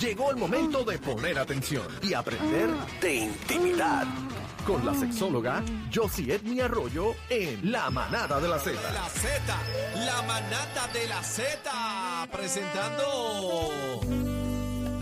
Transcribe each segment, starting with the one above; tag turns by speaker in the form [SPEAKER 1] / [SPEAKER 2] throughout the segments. [SPEAKER 1] Llegó el momento de poner atención y aprender de intimidad. Con la sexóloga Josie Edmi Arroyo en La Manada de la Z.
[SPEAKER 2] La Z, la manata de la Z, presentando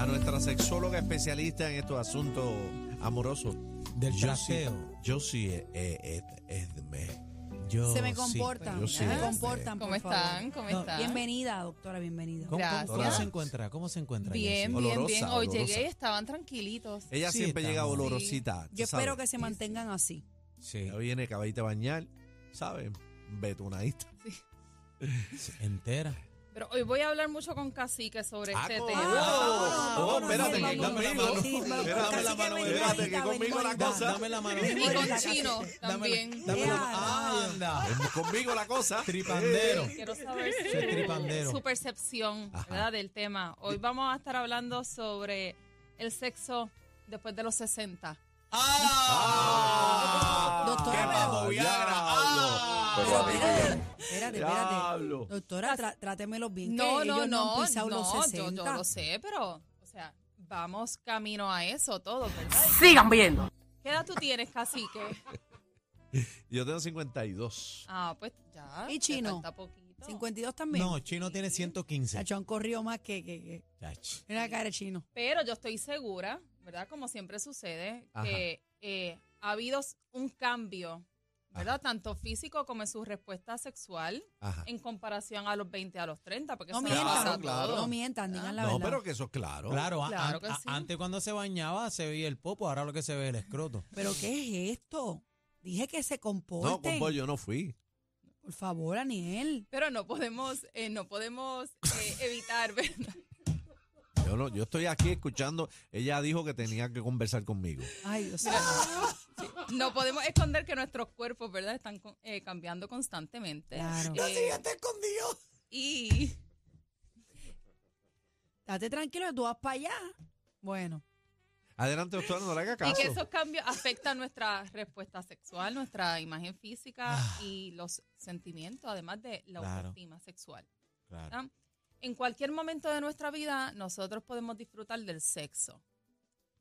[SPEAKER 2] a nuestra sexóloga especialista en estos asuntos amorosos.
[SPEAKER 3] Del
[SPEAKER 2] Yo
[SPEAKER 3] trasteo.
[SPEAKER 2] sí, eh, eh, eh, Edme.
[SPEAKER 3] Yo
[SPEAKER 4] Se me
[SPEAKER 3] sí.
[SPEAKER 4] comportan,
[SPEAKER 2] yo Oh, sí,
[SPEAKER 4] se me
[SPEAKER 2] este,
[SPEAKER 4] comportan,
[SPEAKER 5] ¿Cómo
[SPEAKER 4] por
[SPEAKER 5] están?
[SPEAKER 4] favor.
[SPEAKER 5] ¿Cómo
[SPEAKER 3] No,
[SPEAKER 5] están?
[SPEAKER 4] Bienvenida, doctora, bienvenida.
[SPEAKER 3] ¿Cómo, cómo- cómo
[SPEAKER 2] Gracias.
[SPEAKER 3] se encuentra? ¿Cómo se encuentra?
[SPEAKER 5] Bien,
[SPEAKER 3] Jessy?
[SPEAKER 5] bien, bien. Hoy
[SPEAKER 2] Olorosa, Eh.
[SPEAKER 5] llegué y
[SPEAKER 2] olorosa.
[SPEAKER 5] estaban tranquilitos.
[SPEAKER 2] Ella
[SPEAKER 3] Sí,
[SPEAKER 2] siempre llega
[SPEAKER 3] estamos.
[SPEAKER 2] olorosita. tú
[SPEAKER 4] Yo espero
[SPEAKER 2] sabes.
[SPEAKER 4] que se mantengan así.
[SPEAKER 3] Sí,
[SPEAKER 2] Ella viene acabadita de bañar, ¿sabes? Betunadita.
[SPEAKER 3] entera.
[SPEAKER 5] Pero hoy voy a hablar mucho con Cacique sobre
[SPEAKER 2] Ah,
[SPEAKER 5] este
[SPEAKER 2] con-
[SPEAKER 5] tema.
[SPEAKER 2] Oh, oh, espérate, que
[SPEAKER 4] vámonos,
[SPEAKER 2] conmigo.
[SPEAKER 4] vámonos. Sí, vamos,
[SPEAKER 2] Espérate,
[SPEAKER 4] Cacique,
[SPEAKER 2] que conmigo,
[SPEAKER 4] ven
[SPEAKER 2] espérate, que
[SPEAKER 4] bonita, ven
[SPEAKER 2] conmigo la
[SPEAKER 4] bonita.
[SPEAKER 2] cosa.
[SPEAKER 3] Dame la mano.
[SPEAKER 5] Y
[SPEAKER 4] Hola,
[SPEAKER 5] con
[SPEAKER 4] Cacique.
[SPEAKER 5] Chino también.
[SPEAKER 3] Dame la mano.
[SPEAKER 4] Ya.
[SPEAKER 3] Ay, anda.
[SPEAKER 2] Es Conmigo la cosa.
[SPEAKER 3] Tripandero.
[SPEAKER 5] Quiero saber
[SPEAKER 3] Ese tripandero.
[SPEAKER 5] su, su percepción
[SPEAKER 2] Ajá.
[SPEAKER 5] ¿verdad? del tema. Hoy vamos a estar hablando sobre el sexo después de los 60.
[SPEAKER 2] ¡Ah!
[SPEAKER 4] Doctora,
[SPEAKER 2] ¡Qué
[SPEAKER 4] pero-
[SPEAKER 2] pavo, Viagra! ¡Ah!
[SPEAKER 4] Espérate, espérate.
[SPEAKER 2] ¡Diablo!
[SPEAKER 4] Doctora, trá- trátemelo bien.
[SPEAKER 5] No,
[SPEAKER 4] que
[SPEAKER 5] no,
[SPEAKER 4] ellos no.
[SPEAKER 5] no,
[SPEAKER 4] han
[SPEAKER 5] no,
[SPEAKER 4] pisado los
[SPEAKER 5] yo,
[SPEAKER 4] 60.
[SPEAKER 5] yo lo sé, pero, o sea, vamos camino a eso todos, ¿verdad?
[SPEAKER 6] Sigan viendo.
[SPEAKER 5] ¿Qué edad tú tienes, Cacique?
[SPEAKER 2] Yo tengo 52.
[SPEAKER 5] Ah, pues ya.
[SPEAKER 4] ¿Y
[SPEAKER 5] te
[SPEAKER 4] Chino?
[SPEAKER 5] falta poquito.
[SPEAKER 4] 52 también.
[SPEAKER 3] No, Chino tiene 115.
[SPEAKER 4] Chacho, han corrido más que. que, que.
[SPEAKER 3] Chachi.
[SPEAKER 4] Mira la cara de chino.
[SPEAKER 5] Pero yo estoy segura, ¿verdad? Como siempre sucede,
[SPEAKER 2] Ajá.
[SPEAKER 5] que eh, ha habido s- un cambio, ¿verdad? Tanto físico como en su respuesta sexual
[SPEAKER 2] Ajá.
[SPEAKER 5] en comparación a los 20, a los 30, porque
[SPEAKER 4] No
[SPEAKER 5] eso
[SPEAKER 4] mientan.
[SPEAKER 5] pasa
[SPEAKER 2] Claro, claro. Ah.
[SPEAKER 5] todo.
[SPEAKER 4] No mientan, digan la
[SPEAKER 2] No,
[SPEAKER 4] verdad.
[SPEAKER 2] pero que eso es claro.
[SPEAKER 3] Claro, a-
[SPEAKER 5] Claro
[SPEAKER 3] a-
[SPEAKER 5] que
[SPEAKER 3] a-
[SPEAKER 5] sí.
[SPEAKER 3] antes cuando se bañaba se veía el popo, ahora lo que se ve es el escroto.
[SPEAKER 4] ¿Pero qué es esto? Dije que se comporten.
[SPEAKER 2] No, con vos yo no fui.
[SPEAKER 4] Por favor, Aniel.
[SPEAKER 5] Pero no podemos, eh, no podemos eh, evitar, ¿verdad?
[SPEAKER 2] Yo, no, yo estoy aquí escuchando. Ella dijo que tenía que conversar conmigo.
[SPEAKER 4] Ay, Dios mío.
[SPEAKER 5] No podemos esconder que nuestros cuerpos, ¿verdad? Están con- eh, cambiando constantemente.
[SPEAKER 4] Claro.
[SPEAKER 5] Eh, Y
[SPEAKER 4] Date tranquilo, tú vas para allá. Bueno,
[SPEAKER 2] Adelante, doctora, no le haga
[SPEAKER 5] Y
[SPEAKER 2] caso.
[SPEAKER 5] que esos cambios afectan nuestra respuesta sexual, nuestra imagen física
[SPEAKER 2] Ah.
[SPEAKER 5] y los sentimientos, además de la
[SPEAKER 3] Claro.
[SPEAKER 5] autoestima sexual.
[SPEAKER 3] Claro.
[SPEAKER 5] ¿verdad? En cualquier momento de nuestra vida, nosotros podemos disfrutar del sexo,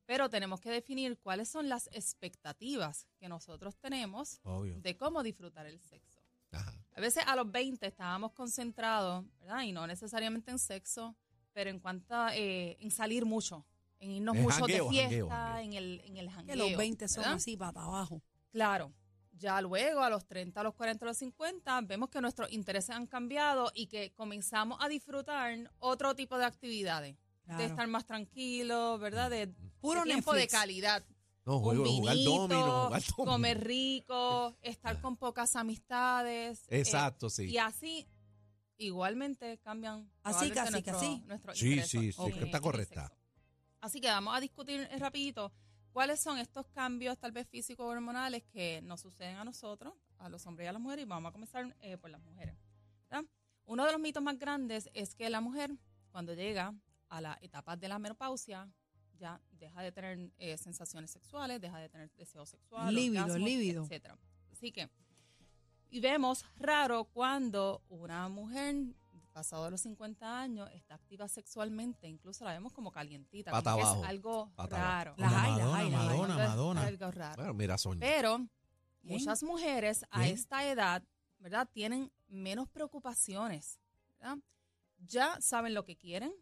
[SPEAKER 5] pero tenemos que definir cuáles son las expectativas que nosotros tenemos
[SPEAKER 3] Obvio.
[SPEAKER 5] de cómo disfrutar el sexo.
[SPEAKER 2] Ajá.
[SPEAKER 5] A veces a los 20 estábamos concentrados, ¿verdad? Y no necesariamente en sexo, pero en cuanto a, eh, en salir mucho, en irnos
[SPEAKER 2] En
[SPEAKER 5] mucho
[SPEAKER 2] jangueo,
[SPEAKER 5] de fiesta,
[SPEAKER 2] jangueo, jangueo.
[SPEAKER 5] en el en el
[SPEAKER 4] que
[SPEAKER 5] jangueo.
[SPEAKER 4] los 20 son
[SPEAKER 5] ¿verdad?
[SPEAKER 4] así, para abajo.
[SPEAKER 5] Claro. Ya luego, a los 30, a los 40, a los 50, vemos que nuestros intereses han cambiado y que comenzamos a disfrutar otro tipo de actividades.
[SPEAKER 4] Claro.
[SPEAKER 5] De estar más tranquilos, ¿verdad? De
[SPEAKER 4] Puro
[SPEAKER 5] de tiempo
[SPEAKER 4] Netflix.
[SPEAKER 5] de calidad.
[SPEAKER 2] No,
[SPEAKER 5] Un
[SPEAKER 2] juego, jugar
[SPEAKER 5] vinito,
[SPEAKER 2] domino, jugar domino.
[SPEAKER 5] comer rico, estar con pocas amistades. eh,
[SPEAKER 2] Exacto, sí.
[SPEAKER 5] y así, igualmente cambian.
[SPEAKER 4] Así,
[SPEAKER 5] probablemente
[SPEAKER 4] casi, casi.
[SPEAKER 5] nuestros
[SPEAKER 2] Sí,
[SPEAKER 5] ingresos
[SPEAKER 2] sí, sí,
[SPEAKER 5] en-
[SPEAKER 2] está
[SPEAKER 5] en el
[SPEAKER 2] correcta.
[SPEAKER 5] sexo. Así que vamos a discutir eh, rapidito cuáles son estos cambios, tal vez físicos o hormonales, que nos suceden a nosotros, a los hombres y a las mujeres, y vamos a comenzar eh, por las mujeres. ¿verdad? Uno de los mitos más grandes es que la mujer, cuando llega a la etapa de la menopausia, ya deja de tener eh, sensaciones sexuales, deja de tener deseo sexual,
[SPEAKER 4] Líbido,
[SPEAKER 5] orgasmos,
[SPEAKER 4] líbido.
[SPEAKER 5] etcétera. Así que y vemos raro cuando una mujer pasado los 50 años está activa sexualmente, incluso la vemos como calientita,
[SPEAKER 2] Pata
[SPEAKER 5] como que
[SPEAKER 2] abajo,
[SPEAKER 5] es algo
[SPEAKER 2] pata
[SPEAKER 5] raro.
[SPEAKER 4] Las
[SPEAKER 3] Como
[SPEAKER 4] hay, las
[SPEAKER 3] Madonna,
[SPEAKER 4] hay, las hay.
[SPEAKER 3] Madonna,
[SPEAKER 5] Algo-
[SPEAKER 3] Madonna.
[SPEAKER 5] algo raro.
[SPEAKER 2] Bueno, mira, Sonia.
[SPEAKER 5] Pero
[SPEAKER 4] Bien.
[SPEAKER 5] muchas mujeres a
[SPEAKER 3] Bien.
[SPEAKER 5] esta edad, ¿verdad? Tienen menos preocupaciones, ¿verdad? Ya saben lo que quieren,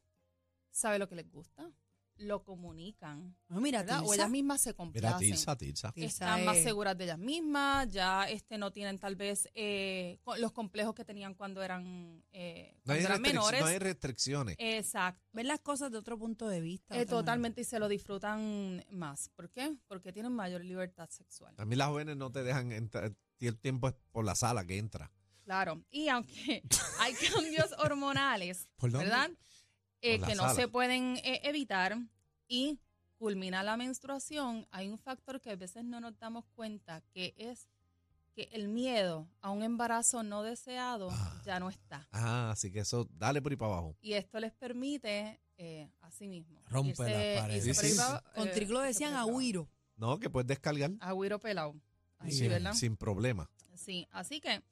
[SPEAKER 5] saben lo que les gusta, lo comunican,
[SPEAKER 4] No, mira,
[SPEAKER 5] ¿verdad? O
[SPEAKER 4] Tirsa.
[SPEAKER 5] ellas mismas se
[SPEAKER 2] Mira,
[SPEAKER 5] complacen.
[SPEAKER 2] Tilsa, Tilsa.
[SPEAKER 4] Tirsa
[SPEAKER 5] Están más
[SPEAKER 4] es-
[SPEAKER 5] seguras de ellas mismas, ya este no tienen tal vez eh, co- los complejos que tenían cuando eran, eh,
[SPEAKER 2] No hay,
[SPEAKER 5] cuando eran
[SPEAKER 2] restric-
[SPEAKER 5] menores.
[SPEAKER 2] no hay restricciones.
[SPEAKER 5] Exacto.
[SPEAKER 4] Ver las cosas de otro punto de vista.
[SPEAKER 5] Eh,
[SPEAKER 4] de otra
[SPEAKER 5] totalmente, y se lo disfrutan más. ¿Por qué? Porque tienen mayor libertad sexual.
[SPEAKER 2] A mí las jóvenes no te dejan entrar. El tiempo es por la sala que entra.
[SPEAKER 5] Claro. Y aunque hay cambios hormonales,
[SPEAKER 3] ¿Por dónde?
[SPEAKER 5] ¿verdad? eh,
[SPEAKER 2] Por
[SPEAKER 5] que
[SPEAKER 2] las
[SPEAKER 5] no se
[SPEAKER 2] alas.
[SPEAKER 5] pueden eh, evitar y culmina la menstruación, hay un factor que a veces no nos damos cuenta, que es que el miedo a un embarazo no deseado
[SPEAKER 2] Ah.
[SPEAKER 5] ya no está.
[SPEAKER 2] Ah, así que eso, dale por ahí para abajo.
[SPEAKER 5] Y esto les permite eh, a sí mismo.
[SPEAKER 3] Rompe
[SPEAKER 5] irse-
[SPEAKER 3] las paredes.
[SPEAKER 5] irse por ahí
[SPEAKER 2] Sí, sí,
[SPEAKER 5] para-
[SPEAKER 4] Con
[SPEAKER 5] eh,
[SPEAKER 4] Triclo
[SPEAKER 5] irse
[SPEAKER 4] decían
[SPEAKER 5] por ahí para abajo.
[SPEAKER 4] agüiro.
[SPEAKER 2] No, que puedes descargar
[SPEAKER 5] Agüiro pelado. Así,
[SPEAKER 2] sin,
[SPEAKER 5] ¿verdad?
[SPEAKER 2] sin problema.
[SPEAKER 5] Sí, así que,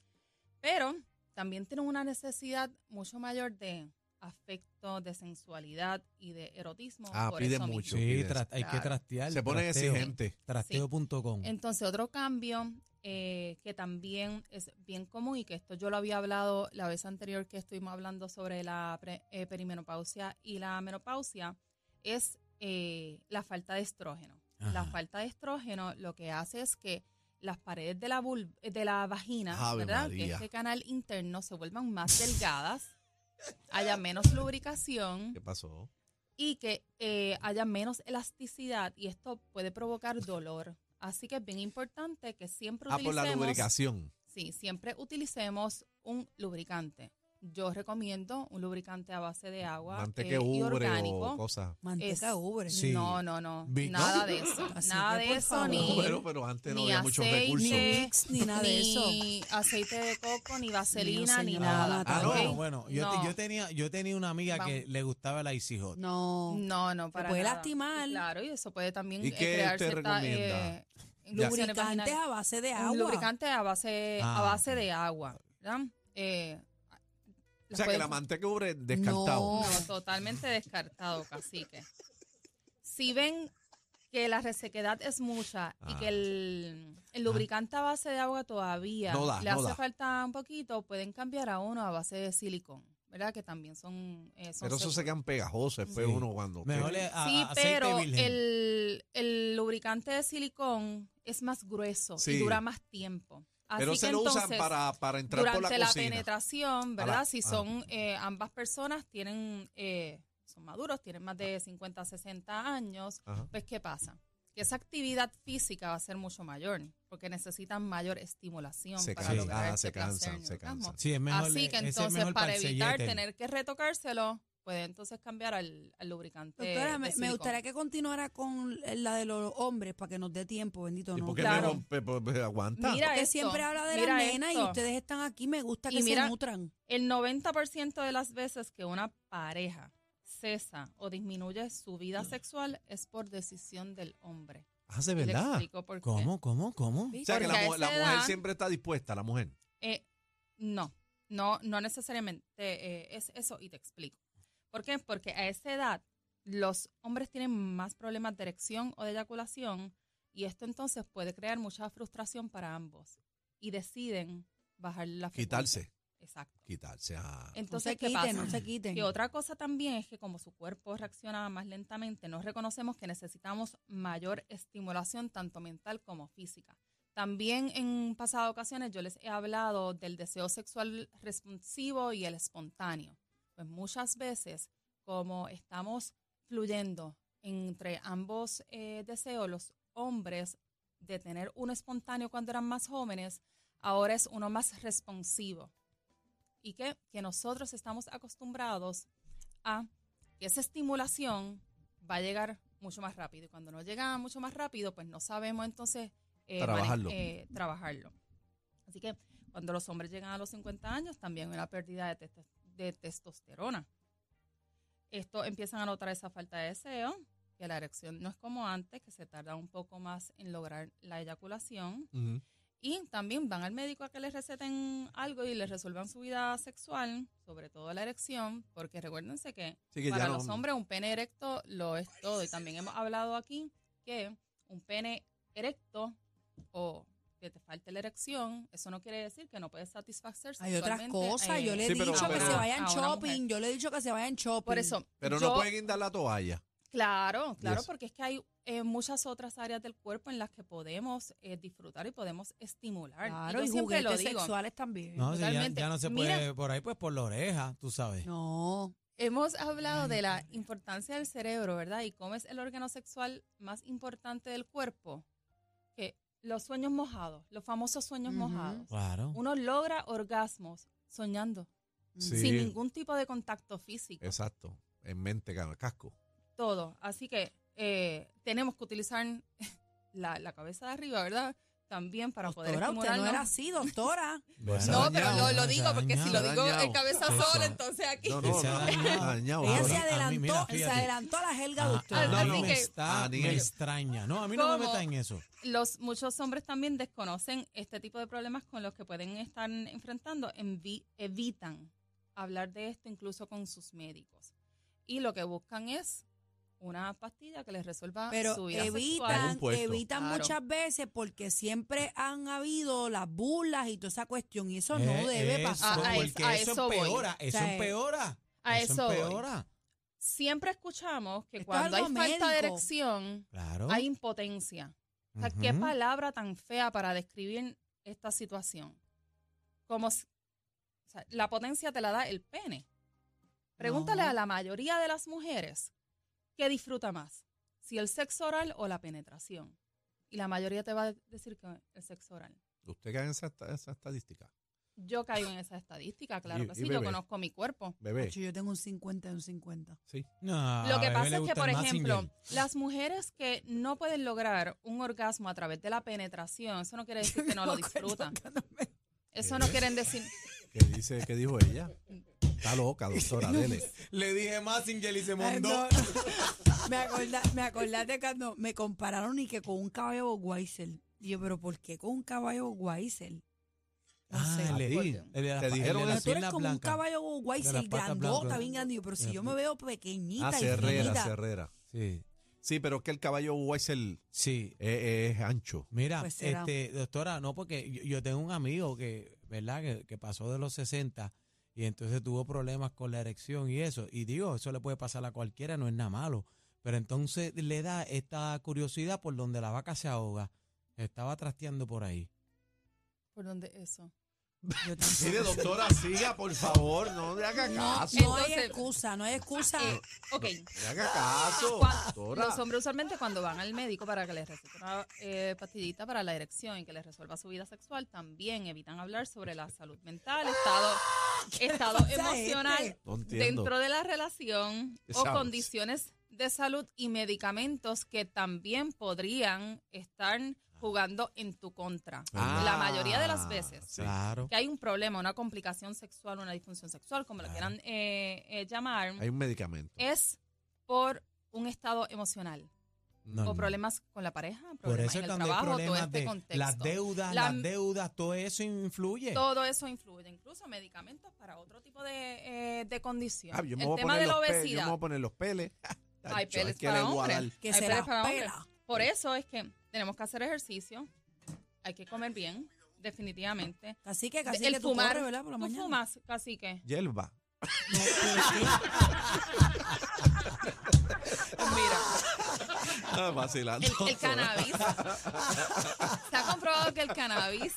[SPEAKER 5] pero también tienen una necesidad mucho mayor de afecto, de sensualidad y de erotismo.
[SPEAKER 2] Ah,
[SPEAKER 5] por
[SPEAKER 2] piden
[SPEAKER 5] eso mismo.
[SPEAKER 2] mucho.
[SPEAKER 3] Sí,
[SPEAKER 2] Yo
[SPEAKER 3] tra- hay que
[SPEAKER 5] claro.
[SPEAKER 3] trastear.
[SPEAKER 2] Se ponen
[SPEAKER 3] trasteo,
[SPEAKER 2] exigentes.
[SPEAKER 3] Trasteo.com.
[SPEAKER 5] Entonces, otro cambio eh, que también es bien común y que esto yo lo había hablado la vez anterior que estuvimos hablando sobre la pre- eh, perimenopausia y la menopausia es eh, la falta de estrógeno. La
[SPEAKER 3] Ajá.
[SPEAKER 5] falta de estrógeno lo que hace es que las paredes de la, vulv- eh, de la vagina,
[SPEAKER 2] Ave
[SPEAKER 5] ¿verdad? Que
[SPEAKER 2] María.
[SPEAKER 5] este canal interno se vuelvan más delgadas, haya menos lubricación
[SPEAKER 2] ¿Qué pasó?
[SPEAKER 5] y que eh, haya menos elasticidad y esto puede provocar dolor. Así que es bien importante que siempre
[SPEAKER 2] Ah, por la
[SPEAKER 5] utilicemos,
[SPEAKER 2] lubricación.
[SPEAKER 5] sí, siempre utilicemos un lubricante. Yo recomiendo un lubricante a base de agua
[SPEAKER 2] Manteca
[SPEAKER 5] eh, y
[SPEAKER 2] ubre o
[SPEAKER 5] orgánico.
[SPEAKER 2] cosas.
[SPEAKER 4] Manteca
[SPEAKER 5] Es-
[SPEAKER 4] ubre.
[SPEAKER 3] Sí.
[SPEAKER 5] No, no, no,
[SPEAKER 3] Vi-
[SPEAKER 5] nada
[SPEAKER 3] ¿no?
[SPEAKER 5] de eso,
[SPEAKER 4] Así
[SPEAKER 5] nada
[SPEAKER 4] que,
[SPEAKER 5] de
[SPEAKER 4] por
[SPEAKER 5] eso
[SPEAKER 4] favor.
[SPEAKER 5] ni
[SPEAKER 2] Bueno, pero antes no
[SPEAKER 5] ni
[SPEAKER 2] había muchos
[SPEAKER 5] aceite,
[SPEAKER 2] recursos.
[SPEAKER 4] ni mix, ni nada de eso.
[SPEAKER 5] ni aceite de coco, ni vaselina, ni
[SPEAKER 4] señora,
[SPEAKER 5] nada.
[SPEAKER 4] Ah,
[SPEAKER 3] Ah,
[SPEAKER 4] no,
[SPEAKER 5] ¿ok?
[SPEAKER 3] bueno, bueno, yo, te-
[SPEAKER 5] No.
[SPEAKER 3] yo tenía, yo tenía una amiga que
[SPEAKER 5] Vamos.
[SPEAKER 3] le gustaba el Icy Hot.
[SPEAKER 4] No.
[SPEAKER 5] No, no, para
[SPEAKER 4] puede
[SPEAKER 5] nada.
[SPEAKER 4] lastimar.
[SPEAKER 5] Y Claro, y eso puede también
[SPEAKER 2] ¿Y
[SPEAKER 5] eh,
[SPEAKER 2] qué
[SPEAKER 5] crear
[SPEAKER 2] usted
[SPEAKER 5] cierta,
[SPEAKER 2] recomienda?
[SPEAKER 5] eh, infecciones
[SPEAKER 4] Lubricantes
[SPEAKER 5] vaginales.
[SPEAKER 4] a base de
[SPEAKER 5] Un
[SPEAKER 4] agua.
[SPEAKER 5] lubricante a base,
[SPEAKER 3] Ah,
[SPEAKER 5] a base
[SPEAKER 3] ok.
[SPEAKER 5] de agua, ¿verdad? Eh,
[SPEAKER 2] O
[SPEAKER 5] las
[SPEAKER 2] sea, que
[SPEAKER 5] puedes-
[SPEAKER 2] la manteca ubre descartado.
[SPEAKER 4] No.
[SPEAKER 5] No, totalmente descartado, cacique. Si ven que la resequedad es mucha y
[SPEAKER 2] Ah.
[SPEAKER 5] que el, el lubricante a base de agua todavía
[SPEAKER 2] No da,
[SPEAKER 5] le
[SPEAKER 2] no
[SPEAKER 5] hace
[SPEAKER 2] da.
[SPEAKER 5] falta un poquito, pueden cambiar a uno a base de silicón, ¿verdad? Que también son, eh, son
[SPEAKER 2] Pero eso se
[SPEAKER 5] seguros.
[SPEAKER 2] quedan pegajosos después
[SPEAKER 3] Sí.
[SPEAKER 2] uno cuando.
[SPEAKER 3] Mejor le- a-
[SPEAKER 5] Sí,
[SPEAKER 3] a- aceite
[SPEAKER 5] pero
[SPEAKER 3] virgen.
[SPEAKER 5] el, el lubricante de silicón es más grueso
[SPEAKER 2] Sí.
[SPEAKER 5] y dura más tiempo. Así
[SPEAKER 2] Pero
[SPEAKER 5] que
[SPEAKER 2] se lo usan
[SPEAKER 5] entonces,
[SPEAKER 2] para, para entrar
[SPEAKER 5] durante
[SPEAKER 2] por la,
[SPEAKER 5] la,
[SPEAKER 2] cocina.
[SPEAKER 5] penetración,
[SPEAKER 2] Para-
[SPEAKER 5] ¿verdad? si
[SPEAKER 2] ah.
[SPEAKER 5] son eh, ambas personas tienen eh, son maduros, tienen más de 50, 60 años,
[SPEAKER 2] Ajá.
[SPEAKER 5] pues ¿qué pasa? Que esa actividad física va a ser mucho mayor, porque necesitan mayor estimulación
[SPEAKER 2] Se
[SPEAKER 5] para
[SPEAKER 3] cansan,
[SPEAKER 5] lograr
[SPEAKER 2] ah,
[SPEAKER 5] este
[SPEAKER 2] se
[SPEAKER 5] placer
[SPEAKER 2] cansan,
[SPEAKER 5] y
[SPEAKER 2] se
[SPEAKER 5] orgasmo.
[SPEAKER 2] cansan.
[SPEAKER 3] Sí, es mejor,
[SPEAKER 5] Así que
[SPEAKER 3] ese es
[SPEAKER 5] entonces
[SPEAKER 3] mejor
[SPEAKER 5] para
[SPEAKER 3] el
[SPEAKER 5] evitar
[SPEAKER 3] sellete.
[SPEAKER 5] tener que retocárselo, puede entonces cambiar al, al lubricante.
[SPEAKER 4] Doctora,
[SPEAKER 5] eh, de
[SPEAKER 4] me, me
[SPEAKER 5] silicón.
[SPEAKER 4] gustaría que continuara con la de los hombres para que nos dé tiempo, bendito.
[SPEAKER 2] ¿Y
[SPEAKER 4] no,
[SPEAKER 2] por qué
[SPEAKER 5] Claro.
[SPEAKER 2] me rompe? Pues, pues, aguanta.
[SPEAKER 5] Mira
[SPEAKER 4] Porque
[SPEAKER 5] esto,
[SPEAKER 4] siempre habla de
[SPEAKER 5] mira
[SPEAKER 4] las nenas y
[SPEAKER 5] esto.
[SPEAKER 4] ustedes están aquí. Me gusta
[SPEAKER 5] Y
[SPEAKER 4] que
[SPEAKER 5] mira-
[SPEAKER 4] se nutran.
[SPEAKER 5] El 90% de las veces que una pareja cesa o disminuye su vida sexual es por decisión del hombre.
[SPEAKER 2] Ah, de
[SPEAKER 5] Y Le
[SPEAKER 2] verdad.
[SPEAKER 5] explico por qué.
[SPEAKER 3] ¿Cómo, cómo, cómo?
[SPEAKER 2] O sea, que la,
[SPEAKER 5] Porque a
[SPEAKER 2] mu- la
[SPEAKER 5] esa
[SPEAKER 2] mujer
[SPEAKER 5] edad-
[SPEAKER 2] siempre está dispuesta, la mujer.
[SPEAKER 5] Eh, no, no, no necesariamente eh, es eso y te explico. ¿Por qué? Porque a esa edad los hombres tienen más problemas de erección o de eyaculación y esto entonces puede crear mucha frustración para ambos y deciden bajar la frecuencia.
[SPEAKER 2] Quitarse,
[SPEAKER 5] Exacto.
[SPEAKER 2] quitarse. Ah.
[SPEAKER 4] No se
[SPEAKER 5] Entonces, ¿qué pasa?
[SPEAKER 4] quiten, no se quiten.
[SPEAKER 5] Y otra cosa también es que como su cuerpo reacciona más lentamente, nos reconocemos que necesitamos mayor estimulación tanto mental como física. También en pasadas ocasiones yo les he hablado del deseo sexual responsivo y el espontáneo. Pues muchas veces, como estamos fluyendo entre ambos eh, deseos, los hombres de tener uno espontáneo cuando eran más jóvenes, ahora es uno más responsivo. Y que, que nosotros estamos acostumbrados a que esa estimulación va a llegar mucho más rápido. Y cuando no llega mucho más rápido, pues no sabemos entonces eh, mane-
[SPEAKER 2] Trabajarlo.
[SPEAKER 5] eh, trabajarlo. Así que cuando los hombres llegan a los 50 años, también hay una pérdida de, testo- de testosterona. Esto empiezan a notar esa falta de deseo, que la erección no es como antes, que se tarda un poco más en lograr la eyaculación.
[SPEAKER 2] Ujú.
[SPEAKER 5] Y también van al médico a que les receten algo y les resuelvan su vida sexual, sobre todo la erección, porque recuérdense que,
[SPEAKER 2] Sí que ya
[SPEAKER 5] para
[SPEAKER 2] no-
[SPEAKER 5] los hombres un pene erecto lo es todo. Y también hemos hablado aquí que un pene erecto o que te falte la erección, eso no quiere decir que no puedes satisfacerse.
[SPEAKER 4] Hay otras
[SPEAKER 5] eh,
[SPEAKER 4] cosas. Yo le he
[SPEAKER 2] Sí, pero-
[SPEAKER 4] dicho que
[SPEAKER 2] pero-
[SPEAKER 4] se vayan shopping. Yo le he dicho que se vayan shopping.
[SPEAKER 5] Por eso,
[SPEAKER 2] Pero
[SPEAKER 5] yo-
[SPEAKER 2] no pueden guindar la toalla.
[SPEAKER 5] Claro, claro,
[SPEAKER 2] Yes.
[SPEAKER 5] porque es que hay eh, muchas otras áreas del cuerpo en las que podemos eh, disfrutar y podemos estimular.
[SPEAKER 4] Claro,
[SPEAKER 5] y
[SPEAKER 4] y,
[SPEAKER 5] yo siempre
[SPEAKER 4] juguetes
[SPEAKER 5] lo digo.
[SPEAKER 4] sexuales también.
[SPEAKER 3] No, si ya,
[SPEAKER 5] Totalmente.
[SPEAKER 3] ya no se puede
[SPEAKER 5] Mira.
[SPEAKER 3] por ahí, pues por la oreja, tú sabes.
[SPEAKER 4] No.
[SPEAKER 5] Hemos hablado de la importancia del cerebro, ¿verdad? Y cómo es el órgano sexual más importante del cuerpo. Que los sueños mojados, los famosos sueños
[SPEAKER 4] Ujú.
[SPEAKER 5] mojados.
[SPEAKER 3] Claro.
[SPEAKER 5] Uno logra orgasmos soñando,
[SPEAKER 2] Sí.
[SPEAKER 5] sin ningún tipo de contacto físico.
[SPEAKER 2] Exacto. en mente, ca- casco.
[SPEAKER 5] todo. Así que eh, tenemos que utilizar la, la cabeza de arriba, ¿verdad? También para poder
[SPEAKER 4] Doctora, usted no
[SPEAKER 5] estimularnos.
[SPEAKER 4] era así, doctora.
[SPEAKER 2] se ha
[SPEAKER 5] No, pero
[SPEAKER 2] dañado,
[SPEAKER 5] lo, lo digo porque si lo
[SPEAKER 2] se ha
[SPEAKER 5] digo
[SPEAKER 2] dañado.
[SPEAKER 5] en cabeza
[SPEAKER 3] Eso.
[SPEAKER 5] sola, entonces aquí.
[SPEAKER 2] No,
[SPEAKER 3] Él
[SPEAKER 2] no,
[SPEAKER 3] se ha
[SPEAKER 2] no,
[SPEAKER 3] dañado.
[SPEAKER 2] ha dañado.
[SPEAKER 3] Ella
[SPEAKER 4] Ella se
[SPEAKER 2] Ahora,
[SPEAKER 3] a mí, mira,
[SPEAKER 4] adelantó, se
[SPEAKER 3] fíjate.
[SPEAKER 4] adelantó a la jerga de
[SPEAKER 3] Ah,
[SPEAKER 4] usted.
[SPEAKER 3] no,
[SPEAKER 5] Así
[SPEAKER 3] no,
[SPEAKER 5] que-
[SPEAKER 3] me está,
[SPEAKER 2] Ah,
[SPEAKER 3] me
[SPEAKER 2] mira.
[SPEAKER 3] extraña. No, a mí no me
[SPEAKER 5] ¿Cómo?
[SPEAKER 3] meta en eso.
[SPEAKER 5] los muchos hombres también desconocen este tipo de problemas con los que pueden estar enfrentando, envi- evitan hablar de esto incluso con sus médicos. Y lo que buscan es una pastilla que les resuelva su
[SPEAKER 4] Pero
[SPEAKER 5] vida
[SPEAKER 4] evitan,
[SPEAKER 2] Algún
[SPEAKER 5] sexual.
[SPEAKER 2] puesto.
[SPEAKER 4] evitan
[SPEAKER 5] Claro.
[SPEAKER 4] muchas veces porque siempre han habido las burlas y toda esa cuestión y eso
[SPEAKER 3] Eh,
[SPEAKER 4] no debe
[SPEAKER 3] eso,
[SPEAKER 4] pasar.
[SPEAKER 5] Ah, ah, es-
[SPEAKER 3] Porque
[SPEAKER 5] a
[SPEAKER 3] eso
[SPEAKER 5] eso voy.
[SPEAKER 3] empeora, eso
[SPEAKER 4] O sea,
[SPEAKER 3] empeora.
[SPEAKER 5] A eso voy.
[SPEAKER 3] empeora.
[SPEAKER 5] Siempre escuchamos que
[SPEAKER 4] Esto es
[SPEAKER 5] cuando hay
[SPEAKER 4] algo
[SPEAKER 5] falta de
[SPEAKER 4] médico.
[SPEAKER 5] erección,
[SPEAKER 3] Claro.
[SPEAKER 5] hay impotencia. O sea, qué
[SPEAKER 3] Ujú.
[SPEAKER 5] palabra tan fea para describir esta situación. Como si- o sea, la potencia te la da el pene. Pregúntale
[SPEAKER 4] No.
[SPEAKER 5] a la mayoría de las mujeres qué disfruta más, si el sexo oral o la penetración. Y la mayoría te va a decir que el sexo oral.
[SPEAKER 2] Usted cae en esa, esa estadística.
[SPEAKER 5] Yo caigo en esa estadística, claro
[SPEAKER 2] Y-
[SPEAKER 5] que
[SPEAKER 2] y
[SPEAKER 5] sí, yo
[SPEAKER 2] bebé.
[SPEAKER 5] conozco mi cuerpo.
[SPEAKER 2] Bebé,
[SPEAKER 4] Ocho, yo tengo un 50 y un 50.
[SPEAKER 2] sí.
[SPEAKER 3] No,
[SPEAKER 5] Lo
[SPEAKER 3] a Bebé
[SPEAKER 5] que
[SPEAKER 3] le
[SPEAKER 5] pasa es que,
[SPEAKER 3] gusta
[SPEAKER 5] por
[SPEAKER 3] el Mazinger.
[SPEAKER 5] ejemplo, las mujeres que no pueden lograr un orgasmo a través de la penetración, eso no quiere decir que no lo disfrutan. Eso no
[SPEAKER 2] ¿Qué?
[SPEAKER 5] quieren decir.
[SPEAKER 2] ¿Qué, dice, ¿Qué dijo ella? Está loca, doctora, dele. Ah,
[SPEAKER 3] Le dije Massinger y se
[SPEAKER 4] Ay,
[SPEAKER 3] mandó.
[SPEAKER 4] no. me, acorda, me acordaste cuando me compararon y que con un caballo Weissel. Y yo, pero ¿por qué con un caballo Weissel? No
[SPEAKER 3] Ah,
[SPEAKER 4] sé.
[SPEAKER 3] el de-
[SPEAKER 2] Por-
[SPEAKER 3] el de la-
[SPEAKER 2] te
[SPEAKER 3] el de
[SPEAKER 2] dijeron
[SPEAKER 3] la
[SPEAKER 4] Pero tú eres
[SPEAKER 3] pierna
[SPEAKER 4] como un
[SPEAKER 3] blanca.
[SPEAKER 4] caballo Weissel,
[SPEAKER 3] patas
[SPEAKER 4] grandota,
[SPEAKER 3] blancas.
[SPEAKER 4] bien grande. Y yo, pero si yo me veo pequeñita
[SPEAKER 2] Ah,
[SPEAKER 4] y
[SPEAKER 2] Herrera,
[SPEAKER 4] finita,
[SPEAKER 2] Herrera.
[SPEAKER 3] Sí,
[SPEAKER 2] Sí, pero es que el caballo Weissel
[SPEAKER 3] sí.
[SPEAKER 2] es, es ancho.
[SPEAKER 3] Mira,
[SPEAKER 4] Pues será.
[SPEAKER 3] este, doctora, no, porque yo, yo tengo un amigo que, ¿verdad? Que, que pasó de los 60 y entonces tuvo problemas con la erección y eso. Y digo, eso le puede pasar a cualquiera, no es nada malo. Pero entonces le da esta curiosidad por donde la vaca se ahoga. Estaba trasteando por ahí.
[SPEAKER 5] ¿Por dónde eso?
[SPEAKER 4] yo tampoco.
[SPEAKER 2] Mire, doctora, siga, por favor, no le haga
[SPEAKER 4] No,
[SPEAKER 2] caso.
[SPEAKER 4] no hay
[SPEAKER 5] Entonces-
[SPEAKER 4] excusa, no hay excusa.
[SPEAKER 5] Eh, ok.
[SPEAKER 2] No le haga caso,
[SPEAKER 5] Ah, Cuando-
[SPEAKER 2] doctora.
[SPEAKER 5] Los hombres usualmente cuando van al médico para que les recete una eh, pastillita para la erección y que les resuelva su vida sexual, también evitan hablar sobre la salud mental, estado, estado
[SPEAKER 4] pasa a
[SPEAKER 5] emocional
[SPEAKER 4] este?
[SPEAKER 2] No entiendo.
[SPEAKER 5] dentro de la relación o
[SPEAKER 2] Sabes.
[SPEAKER 5] condiciones de salud y medicamentos que también podrían estar jugando en tu contra.
[SPEAKER 2] Ah,
[SPEAKER 5] la mayoría de las veces.
[SPEAKER 2] sí.
[SPEAKER 3] Claro.
[SPEAKER 5] Que hay un problema, una complicación sexual, una disfunción sexual, como la
[SPEAKER 3] Claro.
[SPEAKER 5] quieran eh, eh, llamar
[SPEAKER 2] Hay un medicamento.
[SPEAKER 5] es por un estado emocional
[SPEAKER 3] No,
[SPEAKER 5] o
[SPEAKER 3] no.
[SPEAKER 5] problemas con la pareja, problemas
[SPEAKER 3] Por eso
[SPEAKER 5] en el
[SPEAKER 3] cuando hay
[SPEAKER 5] trabajo, todo
[SPEAKER 3] problemas
[SPEAKER 5] este
[SPEAKER 3] de
[SPEAKER 5] contexto.
[SPEAKER 3] las deudas,
[SPEAKER 5] La-
[SPEAKER 3] las deudas, todo eso influye.
[SPEAKER 5] todo eso influye, incluso medicamentos para otro tipo de, eh, de condición.
[SPEAKER 2] Ah, yo me
[SPEAKER 5] el
[SPEAKER 2] voy a
[SPEAKER 5] tema
[SPEAKER 2] poner
[SPEAKER 5] de la
[SPEAKER 2] los peles. Yo me
[SPEAKER 5] obesidad.
[SPEAKER 2] voy a poner los peles.
[SPEAKER 5] Hay
[SPEAKER 2] Tacho,
[SPEAKER 5] peles
[SPEAKER 2] que
[SPEAKER 5] para
[SPEAKER 2] le voy a
[SPEAKER 5] hombres.
[SPEAKER 2] dar.
[SPEAKER 4] que
[SPEAKER 5] Hay
[SPEAKER 4] se
[SPEAKER 5] peles
[SPEAKER 4] las
[SPEAKER 5] para hombres.
[SPEAKER 4] pela.
[SPEAKER 5] Por eso es que tenemos que hacer ejercicio, hay que comer bien, definitivamente.
[SPEAKER 4] Así que casi
[SPEAKER 5] el
[SPEAKER 4] que tú
[SPEAKER 5] fumar,
[SPEAKER 4] corres, ¿verdad? Por la
[SPEAKER 5] tú
[SPEAKER 4] mañana.
[SPEAKER 5] fumas, cacique.
[SPEAKER 2] Yelva.
[SPEAKER 5] Mira,
[SPEAKER 2] Ah, vacilando.
[SPEAKER 5] el, el cannabis. Se ha comprobado que el cannabis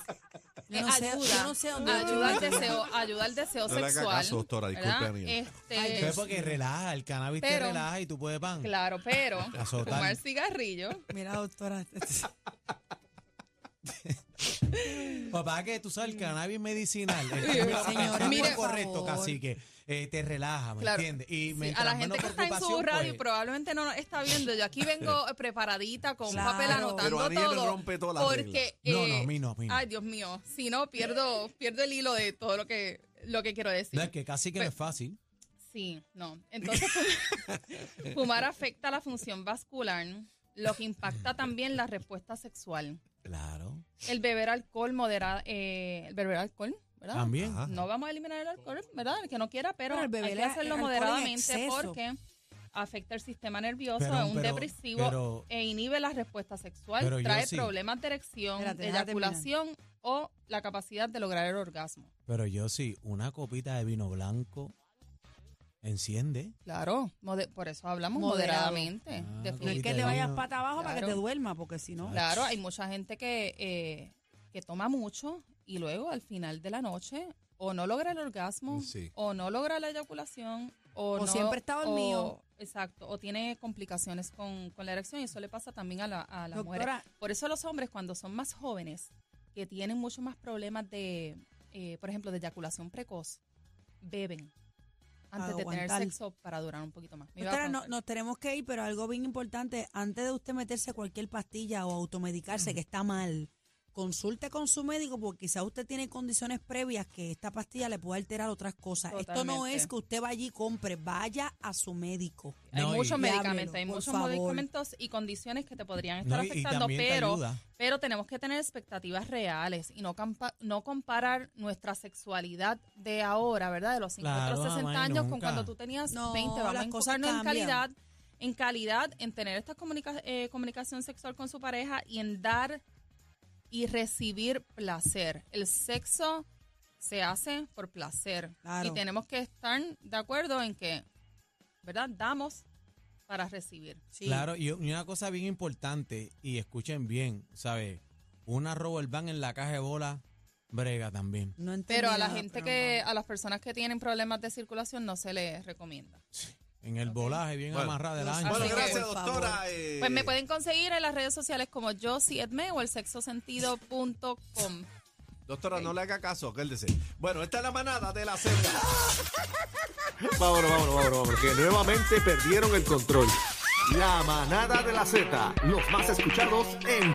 [SPEAKER 4] Yo
[SPEAKER 5] Eh,
[SPEAKER 4] no sé,
[SPEAKER 5] ayuda,
[SPEAKER 4] yo no sé dónde
[SPEAKER 5] ayuda al deseo, ayuda al deseo
[SPEAKER 2] No le haga
[SPEAKER 5] sexual.
[SPEAKER 2] caso, doctora, disculpe,
[SPEAKER 5] ¿verdad?
[SPEAKER 2] Daniel.
[SPEAKER 5] Este,
[SPEAKER 4] Ay,
[SPEAKER 3] Pero es porque relaja, el cannabis
[SPEAKER 5] Pero-
[SPEAKER 3] te relaja y tú puedes pan.
[SPEAKER 5] claro, pero
[SPEAKER 3] Azotar.
[SPEAKER 5] fumar cigarrillo,
[SPEAKER 4] Mira, doctora.
[SPEAKER 3] Papá, que tú sabes, el cannabis medicinal. El
[SPEAKER 4] Señora,
[SPEAKER 3] cannabis
[SPEAKER 5] mire,
[SPEAKER 3] es correcto,
[SPEAKER 4] por favor.
[SPEAKER 3] casi que eh, te relaja, ¿me
[SPEAKER 5] Claro.
[SPEAKER 3] entiendes? Y
[SPEAKER 5] sí, a
[SPEAKER 3] mientras
[SPEAKER 5] la gente
[SPEAKER 3] menos
[SPEAKER 5] que está en su
[SPEAKER 3] preocupación,
[SPEAKER 5] radio y
[SPEAKER 3] pues,
[SPEAKER 5] probablemente no nos está viendo, yo aquí vengo preparadita con un papel
[SPEAKER 4] Claro.
[SPEAKER 5] anotando
[SPEAKER 2] Pero Aniel le
[SPEAKER 5] todo.
[SPEAKER 2] rompe todas las
[SPEAKER 5] porque
[SPEAKER 3] No, no,
[SPEAKER 5] eh,
[SPEAKER 3] a mí no, a mí no.
[SPEAKER 5] Ay, Dios mío, si no pierdo pierdo el hilo de todo lo que lo que quiero decir.
[SPEAKER 3] no, es que casi que no es fácil.
[SPEAKER 5] Sí, no. Entonces, fum- fumar afecta la función vascular, lo que impacta también la respuesta sexual.
[SPEAKER 3] Claro.
[SPEAKER 5] El beber alcohol moderado, el beber alcohol, ¿verdad?
[SPEAKER 3] También.
[SPEAKER 2] Ajá.
[SPEAKER 5] Ah, No vamos a eliminar el alcohol, ¿verdad? El que no quiera, pero,
[SPEAKER 4] Pero el beber
[SPEAKER 5] hay que
[SPEAKER 4] el
[SPEAKER 5] hacerlo
[SPEAKER 4] alcohol en
[SPEAKER 5] moderadamente
[SPEAKER 4] exceso.
[SPEAKER 5] porque afecta el sistema nervioso,
[SPEAKER 3] Pero-
[SPEAKER 5] es un
[SPEAKER 3] pero-
[SPEAKER 5] depresivo
[SPEAKER 3] pero-
[SPEAKER 5] e inhibe la respuesta sexual,
[SPEAKER 3] Pero yo
[SPEAKER 5] trae
[SPEAKER 3] sí.
[SPEAKER 5] problemas de erección,
[SPEAKER 4] Espérate,
[SPEAKER 5] de
[SPEAKER 4] deja terminar.
[SPEAKER 5] eyaculación o la capacidad de lograr el orgasmo.
[SPEAKER 3] Pero yo sí, una copita de vino blanco enciende.
[SPEAKER 5] Claro, mode- por eso hablamos
[SPEAKER 4] Moderado.
[SPEAKER 5] moderadamente.
[SPEAKER 3] Ah,
[SPEAKER 4] No es
[SPEAKER 5] definitivamente.
[SPEAKER 4] que te vayas pata abajo para que
[SPEAKER 5] Claro.
[SPEAKER 4] te duerma, porque si no.
[SPEAKER 5] Claro, hay mucha gente que, eh, que toma mucho y luego al final de la noche o no logra el orgasmo,
[SPEAKER 2] Sí.
[SPEAKER 5] o no logra la eyaculación, o,
[SPEAKER 4] O
[SPEAKER 5] no-
[SPEAKER 4] siempre está dormido.
[SPEAKER 5] o- Exacto, o tiene complicaciones con, con la erección y eso le pasa también a, la, a las mujeres.
[SPEAKER 4] Doctora,
[SPEAKER 5] Por eso los hombres cuando son más jóvenes, que tienen mucho más problemas de, eh, por ejemplo, de eyaculación precoz, beben. antes de tener
[SPEAKER 4] aguantar.
[SPEAKER 5] sexo para durar un poquito más. Me iba a
[SPEAKER 4] Doctora, no-
[SPEAKER 5] conocer.
[SPEAKER 4] nos tenemos que ir, pero algo bien importante, antes de usted meterse cualquier pastilla o automedicarse que está mal, consulte con su médico porque quizá usted tiene condiciones previas que esta pastilla le puede alterar otras cosas. Esto no
[SPEAKER 5] Totalmente.
[SPEAKER 4] es que usted vaya y compre, vaya a su médico.
[SPEAKER 5] hay
[SPEAKER 3] No, y-
[SPEAKER 5] muchos
[SPEAKER 4] y
[SPEAKER 5] medicamentos,
[SPEAKER 4] háblelo,
[SPEAKER 5] hay
[SPEAKER 4] por
[SPEAKER 5] muchos
[SPEAKER 4] favor.
[SPEAKER 5] medicamentos y condiciones que te podrían estar
[SPEAKER 3] No, y- y
[SPEAKER 5] afectando,
[SPEAKER 3] también te
[SPEAKER 5] pero
[SPEAKER 3] ayuda.
[SPEAKER 5] Pero tenemos que tener expectativas reales y no, campa- no comparar nuestra sexualidad de ahora, ¿verdad? De los 50
[SPEAKER 3] Claro,
[SPEAKER 5] a los 60
[SPEAKER 3] mamá, y
[SPEAKER 5] años con
[SPEAKER 3] nunca.
[SPEAKER 5] cuando tú tenías
[SPEAKER 4] No,
[SPEAKER 5] 20. Vamos
[SPEAKER 4] las
[SPEAKER 5] a
[SPEAKER 4] cosas
[SPEAKER 5] enfocarnos en
[SPEAKER 4] cambian.
[SPEAKER 5] calidad, en calidad, en tener esta comunica- eh, comunicación sexual con su pareja y en dar y recibir placer. El sexo se hace por placer.
[SPEAKER 4] Claro.
[SPEAKER 5] Y tenemos que estar de acuerdo en que, ¿verdad? Damos para recibir.
[SPEAKER 4] Sí.
[SPEAKER 3] Claro, y y una cosa bien importante, y escuchen bien, ¿sabes? Una rubber band en la caja de bola brega también.
[SPEAKER 4] No entendí
[SPEAKER 5] Pero a la
[SPEAKER 4] nada,
[SPEAKER 5] gente
[SPEAKER 4] pero
[SPEAKER 5] que,
[SPEAKER 4] vamos.
[SPEAKER 5] a las personas que tienen problemas de circulación no se les recomienda.
[SPEAKER 3] En el
[SPEAKER 5] Ok.
[SPEAKER 3] volaje, bien
[SPEAKER 2] Bueno.
[SPEAKER 3] amarrada del
[SPEAKER 4] Los
[SPEAKER 3] ancho.
[SPEAKER 2] Bueno,
[SPEAKER 5] Así que,
[SPEAKER 2] gracias,
[SPEAKER 4] por
[SPEAKER 2] doctora.
[SPEAKER 4] favor.
[SPEAKER 2] eh,
[SPEAKER 5] Pues me pueden conseguir en las redes sociales como yo, si Edme o el sexosentido.com.
[SPEAKER 2] Doctora, no le haga caso, acuérdese. Bueno, esta es la manada de la Z.
[SPEAKER 1] Vámonos, vámonos, vámonos, vámonos, que nuevamente perdieron el control. La manada de la Z, los más escuchados en